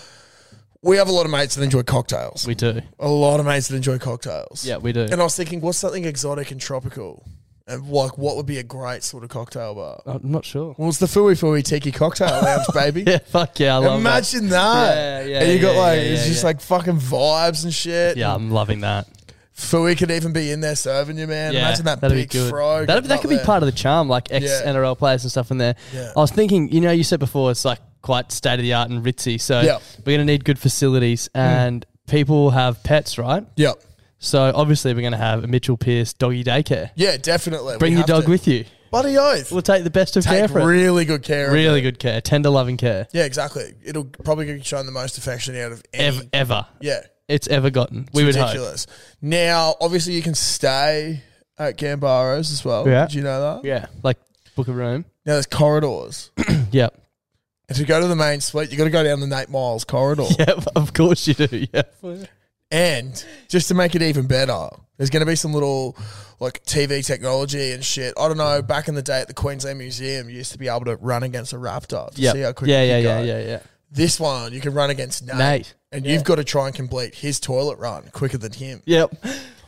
Speaker 2: we have a lot of mates that enjoy cocktails.
Speaker 1: We do.
Speaker 2: a lot of mates that enjoy cocktails.
Speaker 1: Yeah, we do.
Speaker 2: And I was thinking, what's something exotic and tropical, and like what would be a great sort of cocktail bar?
Speaker 1: I'm not sure.
Speaker 2: Well, it's the Fui Fui Tiki Cocktail Lounge, baby.
Speaker 1: Yeah, fuck yeah, I love that.
Speaker 2: Imagine that.
Speaker 1: Yeah, yeah,
Speaker 2: And you got
Speaker 1: yeah,
Speaker 2: like,
Speaker 1: yeah,
Speaker 2: it's
Speaker 1: yeah,
Speaker 2: just
Speaker 1: yeah.
Speaker 2: like fucking vibes and shit.
Speaker 1: Yeah, I'm loving that.
Speaker 2: Fui could even be in there serving you, man.
Speaker 1: Yeah,
Speaker 2: Imagine that
Speaker 1: that'd
Speaker 2: big
Speaker 1: be good.
Speaker 2: frog.
Speaker 1: That'd, that could be part of the charm, like ex
Speaker 2: Yeah.
Speaker 1: NRL players and stuff in there.
Speaker 2: Yeah.
Speaker 1: I was thinking, you know, you said before it's like quite state of the art and ritzy, so
Speaker 2: Yeah. Mm.
Speaker 1: we're gonna need good facilities and people have pets, right?
Speaker 2: Yep.
Speaker 1: So obviously we're gonna have a Mitchell Pierce doggy daycare.
Speaker 2: Yeah, definitely.
Speaker 1: Bring your dog with you.
Speaker 2: Bloody oath.
Speaker 1: We'll take the best of care
Speaker 2: Take
Speaker 1: for
Speaker 2: really good
Speaker 1: it.
Speaker 2: care. of
Speaker 1: Really
Speaker 2: it.
Speaker 1: good care, tender loving care.
Speaker 2: Yeah, exactly. It'll probably get shown the most affection out of any.
Speaker 1: Ever, ever.
Speaker 2: Yeah.
Speaker 1: It's ever gotten. We would hope.
Speaker 2: ridiculous. Now, obviously, you can stay at Gambaros as well.
Speaker 1: Yeah.
Speaker 2: Did you know that?
Speaker 1: Yeah. Like book a room.
Speaker 2: Now, there's corridors.
Speaker 1: Yep.
Speaker 2: And to go to the main suite, you got to go down the Nate Miles corridor.
Speaker 1: Yep, of course you do. Yeah.
Speaker 2: And just to make it even better, there's going to be some little like TV technology and shit. I don't know. Back in the day at the Queensland Museum, you used to be able to run against a raptor to
Speaker 1: Yep.
Speaker 2: see how quick
Speaker 1: Yeah,
Speaker 2: you
Speaker 1: yeah,
Speaker 2: could
Speaker 1: yeah,
Speaker 2: go.
Speaker 1: yeah, yeah.
Speaker 2: This one, you can run against Nate,
Speaker 1: Nate.
Speaker 2: and you've got to try and complete his toilet run quicker than him.
Speaker 1: Yep.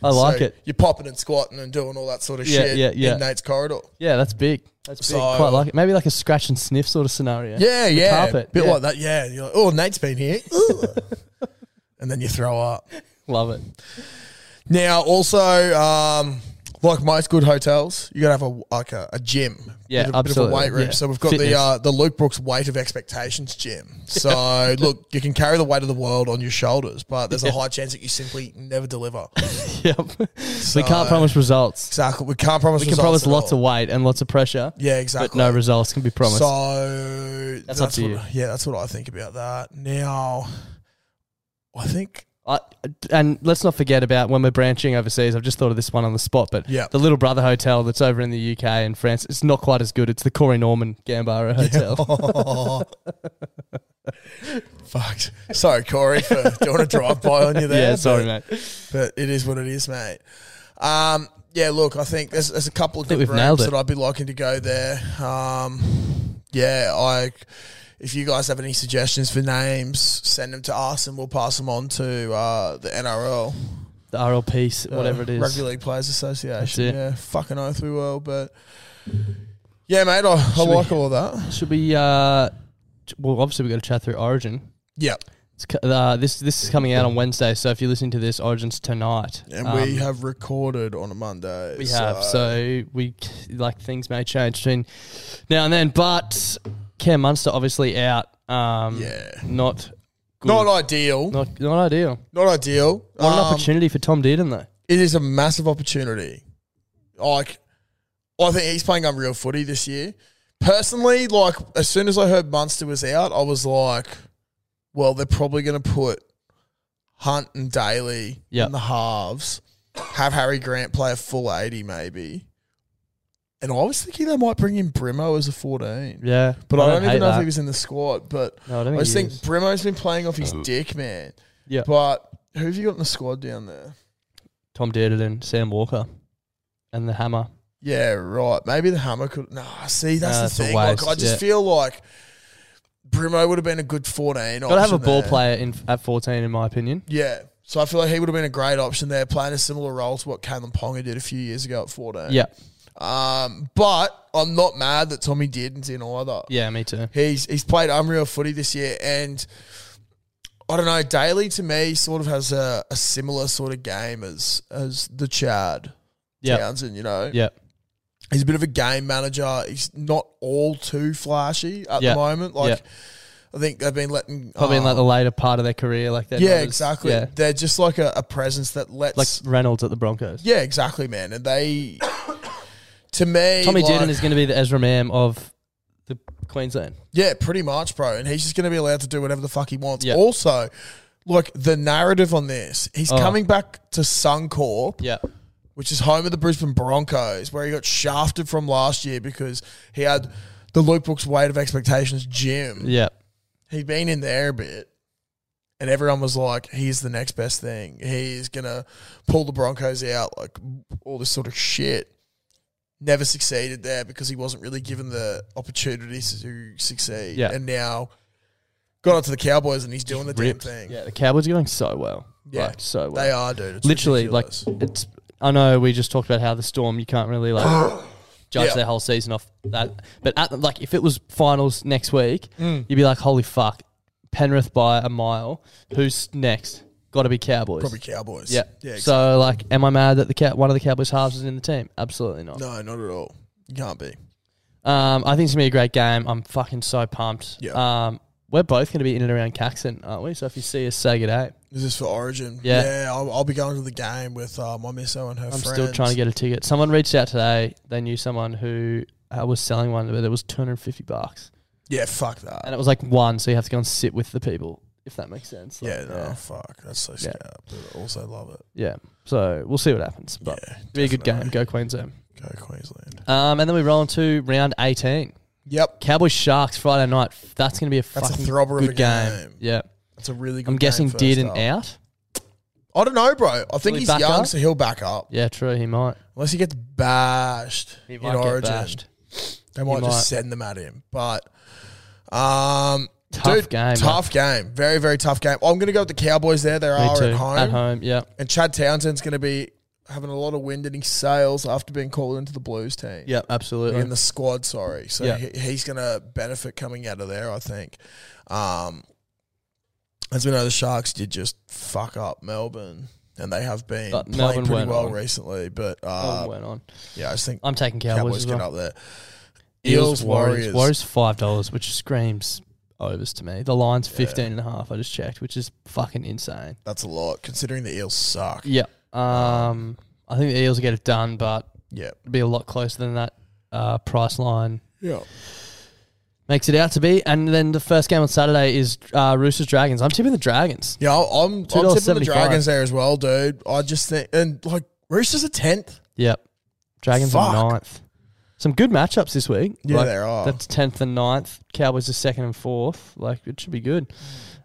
Speaker 1: I like
Speaker 2: So
Speaker 1: it.
Speaker 2: You're popping and squatting and doing all that sort of
Speaker 1: Yeah,
Speaker 2: shit
Speaker 1: yeah, yeah.
Speaker 2: in Nate's corridor.
Speaker 1: Yeah, that's big. That's
Speaker 2: So-
Speaker 1: big. Quite like it. Maybe like a scratch and sniff sort of scenario.
Speaker 2: Yeah,
Speaker 1: The
Speaker 2: yeah.
Speaker 1: carpet.
Speaker 2: Bit
Speaker 1: yeah.
Speaker 2: like that. Yeah. You're like, oh, Nate's been here. Ugh. and then you throw up.
Speaker 1: Love it.
Speaker 2: Now, also, um, like most good hotels, you gotta have a like a, a gym,
Speaker 1: Yeah,
Speaker 2: bit of,
Speaker 1: absolutely,
Speaker 2: bit of a weight room.
Speaker 1: yeah.
Speaker 2: So we've got
Speaker 1: Fitness.
Speaker 2: the uh, the Luke Brooks weight of expectations gym. So look, you can carry the weight of the world on your shoulders, but there's a high chance that you simply never deliver.
Speaker 1: Yep. we can't promise results.
Speaker 2: exactly, we can't promise.
Speaker 1: We can promise lots of weight and lots of pressure.
Speaker 2: Yeah, exactly.
Speaker 1: But no results can be promised.
Speaker 2: So
Speaker 1: That's up to
Speaker 2: what,
Speaker 1: you.
Speaker 2: Yeah, that's what I think about that. Now, I think
Speaker 1: I, and let's not forget about when we're branching overseas. I've just thought of this one on the spot, but
Speaker 2: Yeah.
Speaker 1: the Little Brother Hotel that's over in the UK and France, it's not quite as good. It's the Corey Norman Gambara Hotel.
Speaker 2: oh, fucked. Sorry, Corey, for doing a drive by on you there.
Speaker 1: yeah, sorry,
Speaker 2: but-
Speaker 1: mate. I
Speaker 2: but it is what it is, mate. Um, yeah, look, I think there's, there's a couple of
Speaker 1: think
Speaker 2: good
Speaker 1: we've nailed
Speaker 2: rooms
Speaker 1: it.
Speaker 2: that I'd be liking to go there. Um, yeah, I. If you guys have any suggestions for names, send them to us, and we'll pass them on to uh, the NRL,
Speaker 1: The RLP,
Speaker 2: uh,
Speaker 1: whatever it is.
Speaker 2: Rugby League Players Association.
Speaker 1: it.
Speaker 2: Yeah, fucking oath we will. But yeah, mate, I, I
Speaker 1: Should we-
Speaker 2: like all of that.
Speaker 1: Should we? Uh, well, obviously we got to chat through Origin.
Speaker 2: Yep.
Speaker 1: It's, co- uh, this this is coming out on Wednesday, so if you're listening to this, Origins tonight.
Speaker 2: And
Speaker 1: Um,
Speaker 2: we have recorded on a Monday.
Speaker 1: We have. So we like things may change between now and then. But Cam Munster obviously out. Um,
Speaker 2: Yeah.
Speaker 1: Not good.
Speaker 2: not ideal. Not,
Speaker 1: not not ideal.
Speaker 2: ideal.
Speaker 1: What an
Speaker 2: Um,
Speaker 1: opportunity for Tom Dearden though.
Speaker 2: It is a massive opportunity. Like, I think he's playing unreal footy this year. Personally, like, as soon as I heard Munster was out, I was like, well, they're probably going to put Hunt and Daly
Speaker 1: Yep.
Speaker 2: in the halves, have Harry Grant play a full 80 maybe. And I was thinking they might bring in Brimo as a 14.
Speaker 1: Yeah,
Speaker 2: But I, don't,
Speaker 1: hate
Speaker 2: even know if
Speaker 1: that.
Speaker 2: he was in the squad. But
Speaker 1: No, I
Speaker 2: I,
Speaker 1: don't think
Speaker 2: just
Speaker 1: he
Speaker 2: think
Speaker 1: is.
Speaker 2: Brimo's been playing off his dick, man.
Speaker 1: Yeah,
Speaker 2: But who have you got in the squad down there?
Speaker 1: Tom Dearden and Sam Walker, and the Hammer.
Speaker 2: Oh, Yeah, right. Maybe the hammer could. Nah, see, that's
Speaker 1: Nah,
Speaker 2: the
Speaker 1: it's a
Speaker 2: thing. Like,
Speaker 1: waste,
Speaker 2: I just
Speaker 1: yeah.
Speaker 2: feel like Brimo would have been a good 14.
Speaker 1: Got to have a
Speaker 2: option
Speaker 1: ball
Speaker 2: there.
Speaker 1: player in at 14, in my opinion.
Speaker 2: Yeah. So I feel like he would have been a great option there, playing a similar role to what Caelan Ponga did a few years ago at 14.
Speaker 1: Yeah,
Speaker 2: Um, but I'm not mad that Tommy Dearden's in either.
Speaker 1: yeah, me too.
Speaker 2: He's he's played unreal footy this year, and I don't know. Daly to me sort of has a, a similar sort of game as as the Chad
Speaker 1: Yeah,
Speaker 2: Townsend. You know,
Speaker 1: yeah,
Speaker 2: he's a bit of a game manager. He's not all too flashy at
Speaker 1: Yeah.
Speaker 2: the moment. Like
Speaker 1: Yeah.
Speaker 2: I think they've been letting
Speaker 1: probably in like the
Speaker 2: um,
Speaker 1: later part of their career, like that.
Speaker 2: yeah exactly.
Speaker 1: Yeah.
Speaker 2: They're just like a, a presence that lets
Speaker 1: Like Reynolds at the Broncos.
Speaker 2: yeah exactly man, and they to me
Speaker 1: Tommy
Speaker 2: like,
Speaker 1: Dearden is going to be the Ezra Mam of the Queensland.
Speaker 2: Yeah, pretty much, bro. And he's just going to be allowed to do whatever the fuck he wants.
Speaker 1: Yeah.
Speaker 2: Also, look, the narrative on this, he's
Speaker 1: Oh.
Speaker 2: coming back to Suncorp,
Speaker 1: Yeah,
Speaker 2: which is home of the Brisbane Broncos, where he got shafted from last year because he had the Luke Brooks weight of expectations gym.
Speaker 1: yeah,
Speaker 2: He'd been in there a bit. And everyone was like, he's the next best thing. He's going to pull the Broncos out, like all this sort of shit. Never succeeded there because he wasn't really given the opportunities to succeed.
Speaker 1: Yeah.
Speaker 2: And now got up to the Cowboys and he's doing the
Speaker 1: Ripped.
Speaker 2: damn thing.
Speaker 1: Yeah, the Cowboys are going so well.
Speaker 2: Yeah.
Speaker 1: Like, so well.
Speaker 2: They are, dude. It's
Speaker 1: literally
Speaker 2: ridiculous.
Speaker 1: like it's. I know we just talked about how the storm you can't really like judge
Speaker 2: Yeah.
Speaker 1: their whole season off that, but at, like if it was finals next week,
Speaker 2: Mm.
Speaker 1: you'd be like, holy fuck, Penrith by a mile. Who's next? Got to be Cowboys.
Speaker 2: probably Cowboys.
Speaker 1: Yeah.
Speaker 2: Yeah. exactly.
Speaker 1: So like, am I mad that the cat one of the Cowboys halves is in the team? Absolutely not.
Speaker 2: no, not at all. You can't be.
Speaker 1: Um, I think it's gonna be a great game. I'm fucking so pumped.
Speaker 2: Yeah.
Speaker 1: Um, we're both gonna be in and around Caxton, aren't we? So if you see us, say good day.
Speaker 2: Is this for Origin?
Speaker 1: Yeah.
Speaker 2: I'll, I'll be going to the game with uh, my misso and her
Speaker 1: I'm
Speaker 2: friends.
Speaker 1: still trying to get a ticket. Someone reached out today. They knew someone who uh, was selling one, but it was 250 bucks,
Speaker 2: Yeah, fuck that.
Speaker 1: and it was like one, so you have to go and sit with the people, if that makes sense. Like,
Speaker 2: yeah, no, fuck. That's so
Speaker 1: Yeah.
Speaker 2: scab. But I also love it.
Speaker 1: yeah. So we'll see what happens, but
Speaker 2: Yeah,
Speaker 1: be a good game. Go Queensland.
Speaker 2: Go Queensland.
Speaker 1: Um, and then we roll into round 18.
Speaker 2: Yep.
Speaker 1: Cowboys Sharks Friday night. That's going to be a
Speaker 2: a
Speaker 1: fucking
Speaker 2: throbber of
Speaker 1: good
Speaker 2: a
Speaker 1: game.
Speaker 2: game.
Speaker 1: Yeah,
Speaker 2: That's a really good
Speaker 1: I'm guessing
Speaker 2: game first
Speaker 1: Dearden
Speaker 2: up.
Speaker 1: out.
Speaker 2: I don't know, bro. I think
Speaker 1: he
Speaker 2: he's
Speaker 1: back
Speaker 2: young,
Speaker 1: up?
Speaker 2: so he'll back up.
Speaker 1: Yeah, true. He might.
Speaker 2: Unless he gets bashed
Speaker 1: He
Speaker 2: in
Speaker 1: might get
Speaker 2: Origin.
Speaker 1: bashed.
Speaker 2: They might,
Speaker 1: might.
Speaker 2: just send them at him. But um
Speaker 1: Tough
Speaker 2: dude,
Speaker 1: game, eh?
Speaker 2: Tough game. Very, very tough game. I'm gonna go with the Cowboys there. They
Speaker 1: Me
Speaker 2: are
Speaker 1: too.
Speaker 2: at home.
Speaker 1: At home. Yeah.
Speaker 2: And Chad Townsend's gonna be having a lot of wind in his sails after being called into the blues team.
Speaker 1: Yeah. Absolutely.
Speaker 2: in the squad. Sorry, so
Speaker 1: Yeah.
Speaker 2: he, he's going to benefit coming out of there. I think. Um, as we know, the Sharks did just fuck up Melbourne, and they have been
Speaker 1: But
Speaker 2: playing
Speaker 1: Melbourne
Speaker 2: pretty
Speaker 1: went
Speaker 2: well
Speaker 1: on.
Speaker 2: recently. But
Speaker 1: Oh,
Speaker 2: uh,
Speaker 1: went on.
Speaker 2: yeah, I just think
Speaker 1: I'm taking Cowboys.
Speaker 2: Cowboys
Speaker 1: as
Speaker 2: get
Speaker 1: well.
Speaker 2: up there. Eels, Warriors.
Speaker 1: Warriors five dollars, which screams overs to me. The line's fifteen and a half. I just checked, which is fucking insane.
Speaker 2: That's a lot considering the Eels suck.
Speaker 1: Yeah. Um, I think the Eels will get it done, but
Speaker 2: Yeah,
Speaker 1: it'll be a lot closer than that uh, price line
Speaker 2: yeah.
Speaker 1: makes it out to be. And then the first game on Saturday is uh, Roosters Dragons. I'm tipping the Dragons.
Speaker 2: Yeah, I- I'm, I'm tipping the
Speaker 1: $2.75.
Speaker 2: Dragons there as well, dude. I just think and like Roosters a tenth.
Speaker 1: Yep. Dragons are
Speaker 2: Fuck.
Speaker 1: ninth. Some good matchups this week.
Speaker 2: Yeah, there are.
Speaker 1: That's tenth and 9th. Cowboys are second and fourth. Like it should be good.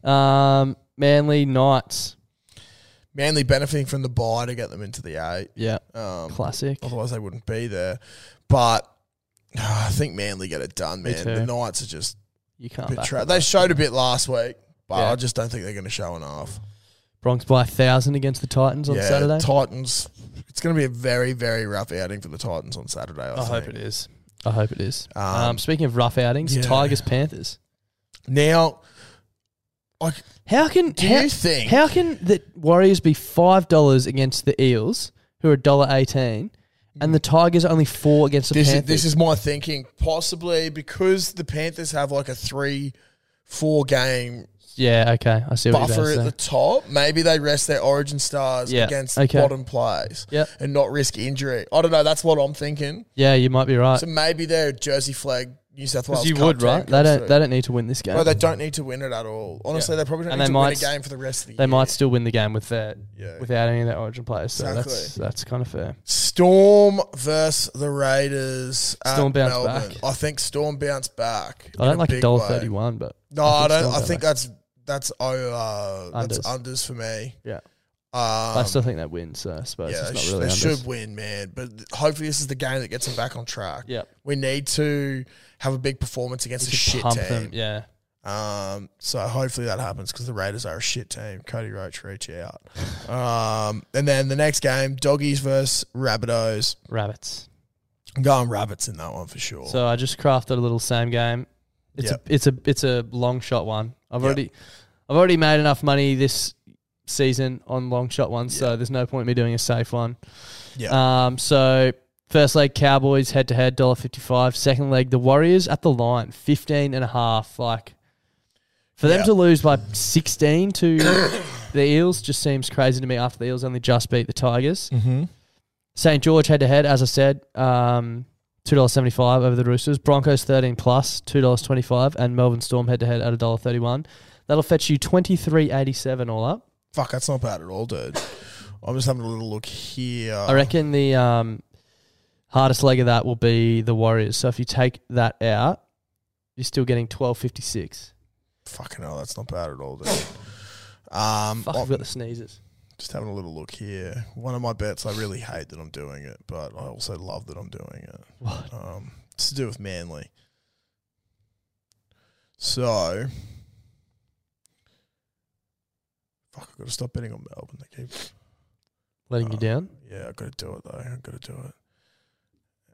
Speaker 1: Um, Manly Knights.
Speaker 2: Manly benefiting from the buy to get them into the eight.
Speaker 1: Yeah,
Speaker 2: Um,
Speaker 1: classic.
Speaker 2: Otherwise, they wouldn't be there. But I think Manly get it done,
Speaker 1: Me
Speaker 2: man.
Speaker 1: too.
Speaker 2: The Knights are just
Speaker 1: You
Speaker 2: a
Speaker 1: can't.
Speaker 2: bit
Speaker 1: back
Speaker 2: tra-
Speaker 1: them.
Speaker 2: They showed a bit last week, but
Speaker 1: Yeah.
Speaker 2: I just don't think they're going to show enough.
Speaker 1: Bronx by a thousand against the Titans on
Speaker 2: yeah,
Speaker 1: Saturday.
Speaker 2: Titans. It's going to be a very, very rough outing for the Titans on Saturday. I,
Speaker 1: I hope it is. I hope it is. Um,
Speaker 2: Um,
Speaker 1: speaking of rough outings,
Speaker 2: yeah.
Speaker 1: Tigers Panthers.
Speaker 2: Now, Like,
Speaker 1: How can
Speaker 2: Do
Speaker 1: how,
Speaker 2: you think-
Speaker 1: how can the Warriors be five dollars against the Eels, who are dollar eighteen, and the Tigers are only four against the
Speaker 2: this is,
Speaker 1: Panthers?
Speaker 2: this is my thinking. Possibly because the Panthers have like a three, four game
Speaker 1: yeah, okay, I see what you're
Speaker 2: buffer at
Speaker 1: saying.
Speaker 2: the top. Maybe they rest their origin stars
Speaker 1: Yeah,
Speaker 2: against
Speaker 1: okay.
Speaker 2: bottom plays
Speaker 1: Yep.
Speaker 2: and not risk injury. I don't know. That's what I'm thinking.
Speaker 1: Yeah, you might be right.
Speaker 2: So maybe they're a jersey flag New South Wales.
Speaker 1: Because you
Speaker 2: Cup
Speaker 1: would,
Speaker 2: team
Speaker 1: right? They
Speaker 2: comes
Speaker 1: don't.
Speaker 2: through.
Speaker 1: They don't need to win this game.
Speaker 2: Bro,
Speaker 1: they
Speaker 2: they don't need to win it at all. Honestly, they probably don't
Speaker 1: And
Speaker 2: need
Speaker 1: they
Speaker 2: to win
Speaker 1: might
Speaker 2: a game for the rest of the year.
Speaker 1: might still win the game with that,
Speaker 2: Yeah.
Speaker 1: without any of their origin players. So that's
Speaker 2: Exactly.
Speaker 1: that's kind of fair.
Speaker 2: Storm versus the Raiders. at
Speaker 1: Storm bounce
Speaker 2: Melbourne.
Speaker 1: back.
Speaker 2: I think Storm bounce back.
Speaker 1: I
Speaker 2: in
Speaker 1: don't
Speaker 2: a
Speaker 1: like
Speaker 2: big
Speaker 1: dollar
Speaker 2: way.
Speaker 1: thirty one, but
Speaker 2: No, I don't.
Speaker 1: Storm
Speaker 2: I
Speaker 1: bounce
Speaker 2: think
Speaker 1: back.
Speaker 2: that's that's oh uh, that's
Speaker 1: Unders.
Speaker 2: unders for me.
Speaker 1: yeah. I
Speaker 2: Um,
Speaker 1: still think that wins. So I suppose
Speaker 2: yeah,
Speaker 1: it's
Speaker 2: they,
Speaker 1: not
Speaker 2: sh-
Speaker 1: really.
Speaker 2: they
Speaker 1: unders.
Speaker 2: should win, man. But hopefully, this is the game that gets them back on track.
Speaker 1: Yeah.
Speaker 2: we need to have a big performance against a
Speaker 1: Should
Speaker 2: shit
Speaker 1: pump
Speaker 2: team.
Speaker 1: them. Yeah.
Speaker 2: Um, so hopefully that happens because the Raiders are a shit team. Cody Roach, reach out. Um, and then the next game, Doggies versus Rabbitohs.
Speaker 1: Rabbits.
Speaker 2: I'm going Rabbits in that one for sure.
Speaker 1: So I just crafted a little same game. It's
Speaker 2: Yep.
Speaker 1: a it's a it's a long shot one. I've
Speaker 2: Yep.
Speaker 1: already I've already made enough money this season on long shot ones, so there's no point in me doing a safe one.
Speaker 2: yeah,
Speaker 1: Um so first leg Cowboys head to head dollar fifty five. Second leg the Warriors at the line, fifteen and a half. Like for them
Speaker 2: Yep.
Speaker 1: to lose by sixteen to the Eels just seems crazy to me after the Eels only just beat the Tigers.
Speaker 2: mm-hmm.
Speaker 1: St. George head to head, as I said, um, two dollars seventy five over the Roosters. Broncos thirteen plus two dollars twenty five, and Melbourne Storm head to head at a dollar thirty one. That'll fetch you twenty three eighty seven all up.
Speaker 2: fuck, that's not bad at all, dude. I'm just having a little look here.
Speaker 1: I reckon the um, hardest leg of that will be the Warriors. So if you take that out, you're still getting twelve fifty six.
Speaker 2: Fucking hell, that's not bad at all, dude. Um,
Speaker 1: Fuck, I've
Speaker 2: I'm
Speaker 1: got the sneezes.
Speaker 2: just having a little look here. One of my bets, I really hate that I'm doing it, but I also love that I'm doing it.
Speaker 1: What?
Speaker 2: Um, it's to do with Manly. So, fuck, I've got to stop betting on Melbourne. They keep,
Speaker 1: Letting you
Speaker 2: Uh,
Speaker 1: down?
Speaker 2: yeah, I've got to do it though. I've got to do it.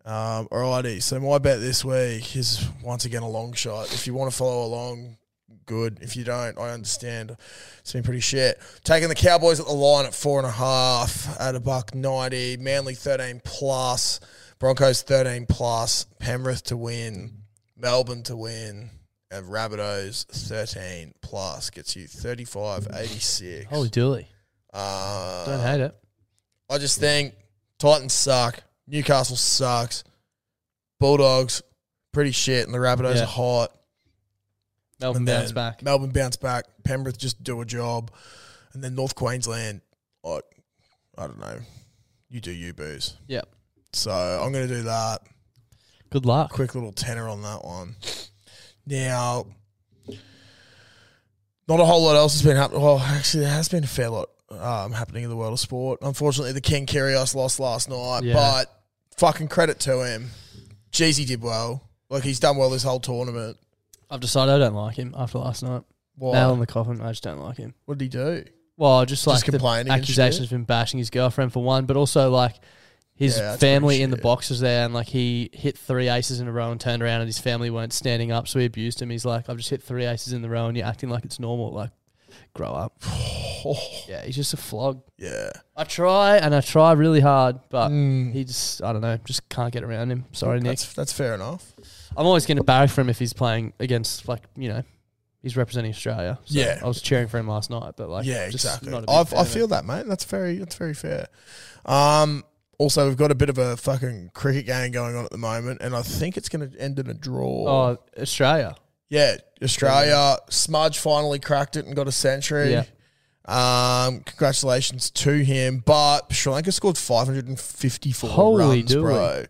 Speaker 2: Um, alrighty. So my bet this week is once again a long shot. If you want to follow along, good. If you don't, I understand. It's been pretty shit. Taking the Cowboys at the line at four and a half at a buck ninety. Manly thirteen plus. Broncos thirteen plus. Penrith to win. Melbourne to win. And Rabbitohs thirteen plus gets you thirty five eighty six.
Speaker 1: Holy dooly.
Speaker 2: Uh,
Speaker 1: Don't hate it.
Speaker 2: I just think Titans suck. Newcastle sucks. Bulldogs, pretty shit. And the Rabbitohs
Speaker 1: Yeah.
Speaker 2: are hot.
Speaker 1: Melbourne
Speaker 2: And then
Speaker 1: bounce back.
Speaker 2: Melbourne bounce back. Penrith just do a job. And then North Queensland, like, I don't know. You do you, booze.
Speaker 1: Yep.
Speaker 2: So I'm going to do that.
Speaker 1: Good luck.
Speaker 2: Quick little tenor on that one. Now, not a whole lot else has been happening. Well, actually, there has been a fair lot um, happening in the world of sport. Unfortunately, the King Kyrgios lost last night,
Speaker 1: Yeah.
Speaker 2: but fucking credit to him. Jeezy did well. Like, he's done well this whole tournament.
Speaker 1: I've decided I don't like him after last night.
Speaker 2: Why?
Speaker 1: Nail in the coffin. I just don't like him.
Speaker 2: What did he do?
Speaker 1: Well, just like the
Speaker 2: complaining and
Speaker 1: accusations of him bashing his girlfriend for one, but also like his
Speaker 2: Yeah, that's
Speaker 1: family
Speaker 2: pretty
Speaker 1: in the
Speaker 2: shit.
Speaker 1: box was there, and like he hit three aces in a row and turned around, and his family weren't standing up, so he abused him. He's like, "I've just hit three aces in the row, and you're acting like it's normal." Like, grow up. yeah, he's just a flog.
Speaker 2: Yeah.
Speaker 1: I try and I try really hard, but
Speaker 2: Mm.
Speaker 1: he just I don't know, just can't get around him. Sorry, Nick.
Speaker 2: That's, that's fair enough.
Speaker 1: I'm always going to barrack for him if he's playing against like you know. He's representing Australia. So
Speaker 2: Yeah.
Speaker 1: I was cheering for him last night, but like,
Speaker 2: yeah,
Speaker 1: just
Speaker 2: exactly.
Speaker 1: not a big
Speaker 2: I've,
Speaker 1: fan
Speaker 2: I
Speaker 1: of it.
Speaker 2: feel that, mate. That's very, that's very fair. Um, also, we've got a bit of a fucking cricket game going on at the moment, and I think it's going to end in a draw.
Speaker 1: Oh, Australia.
Speaker 2: Yeah, Australia. Smudge finally cracked it and got a century.
Speaker 1: Yeah.
Speaker 2: Um, congratulations to him. But Sri Lanka scored 554
Speaker 1: Holy
Speaker 2: runs,
Speaker 1: dooly.
Speaker 2: bro.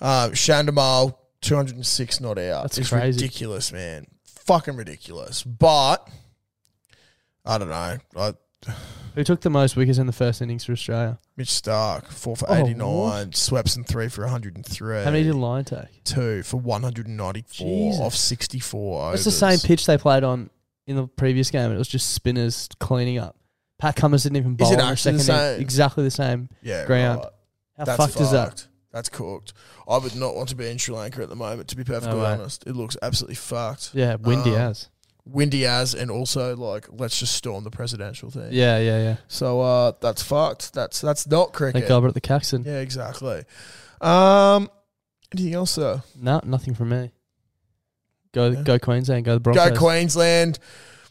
Speaker 2: Um, Shandamal, 206 not out.
Speaker 1: That's
Speaker 2: it's
Speaker 1: crazy.
Speaker 2: ridiculous, man. Fucking ridiculous. But I don't know. I,
Speaker 1: Who took the most wickets in the first innings for Australia?
Speaker 2: Mitch Stark, 4 for
Speaker 1: Oh,
Speaker 2: 89. Swepson, 3 for 103.
Speaker 1: How many did Lyon take?
Speaker 2: 2 for 194
Speaker 1: Jesus.
Speaker 2: off 64 overs.
Speaker 1: It's the same pitch they played on in the previous game. It was just spinners cleaning up. Pat Cummins didn't even bowl.
Speaker 2: it
Speaker 1: in the
Speaker 2: actually the
Speaker 1: second innings.
Speaker 2: same?
Speaker 1: Exactly the same.
Speaker 2: Yeah,
Speaker 1: ground.
Speaker 2: right.
Speaker 1: How fucked, is that?
Speaker 2: That's cooked. I would not want to be in Sri Lanka at the moment, to be perfectly
Speaker 1: way.
Speaker 2: honest. It looks absolutely fucked.
Speaker 1: Yeah, windy
Speaker 2: Um,
Speaker 1: as.
Speaker 2: windy as, and also like let's just storm the presidential thing.
Speaker 7: Yeah, yeah, yeah.
Speaker 2: So uh, that's fucked. That's that's not cricket.
Speaker 7: Thank God we're at the Caxton.
Speaker 2: Yeah, exactly. Um, anything else, sir?
Speaker 7: No, nothing from me. Go, go Queensland. Go the Broncos.
Speaker 2: Go Queensland.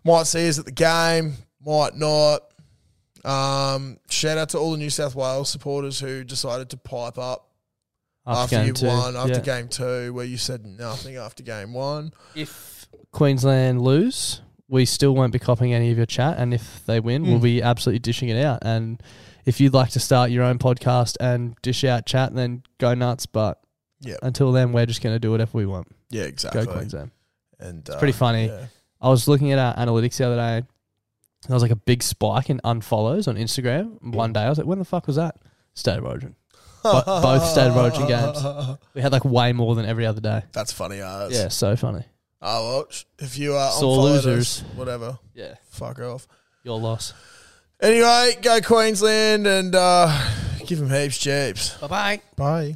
Speaker 2: Might see us at the game. Might not. Um, shout out to all the New South Wales supporters who decided to pipe up after,
Speaker 7: game
Speaker 2: you
Speaker 7: two.
Speaker 2: won, after
Speaker 7: Yeah.
Speaker 2: game two, where you said nothing after game one.
Speaker 7: If Queensland lose, we still won't be copying any of your chat, and if they win,
Speaker 2: Hmm.
Speaker 7: we'll be absolutely dishing it out. And if you'd like to start your own podcast and dish out chat, then go nuts. But
Speaker 2: Yeah,
Speaker 7: until then, we're just going to do whatever we want.
Speaker 2: yeah, exactly.
Speaker 7: Go Queensland.
Speaker 2: And it's
Speaker 7: pretty funny.
Speaker 2: Yeah.
Speaker 7: I was looking at our analytics the other day. and There was like a big spike in unfollows on Instagram. One day, I was like, "When the fuck was that?" State of Origin. Bo- both State of Origin games. We had like way more than every other day.
Speaker 2: That's funny, ours.
Speaker 7: Yeah, so funny.
Speaker 2: Oh well, sh- if you are
Speaker 7: Sore
Speaker 2: unfollowed us,
Speaker 7: losers.
Speaker 2: whatever,
Speaker 7: Yeah,
Speaker 2: fuck off.
Speaker 7: your loss.
Speaker 2: Anyway, go Queensland and uh, give them heaps, jeeps. Bye bye. Bye.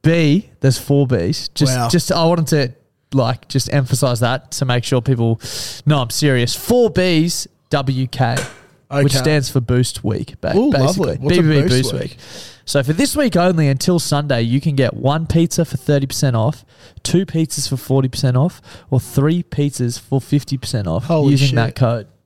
Speaker 1: B, there's four Bs. Just,
Speaker 2: Wow.
Speaker 1: just I wanted to like just emphasize that to make sure people know I'm serious. Four Bs, WK, which
Speaker 2: Okay.
Speaker 1: stands for Boost Week. Ba-
Speaker 2: Ooh,
Speaker 1: basically,
Speaker 2: lovely. What's a
Speaker 1: BBB
Speaker 2: Boost
Speaker 1: Boost,
Speaker 2: Week?
Speaker 1: week? So for this week only, until Sunday, you can get one pizza for thirty percent off, two pizzas for forty percent off, or three pizzas for fifty percent off
Speaker 2: Holy
Speaker 1: using
Speaker 2: shit.
Speaker 1: that code.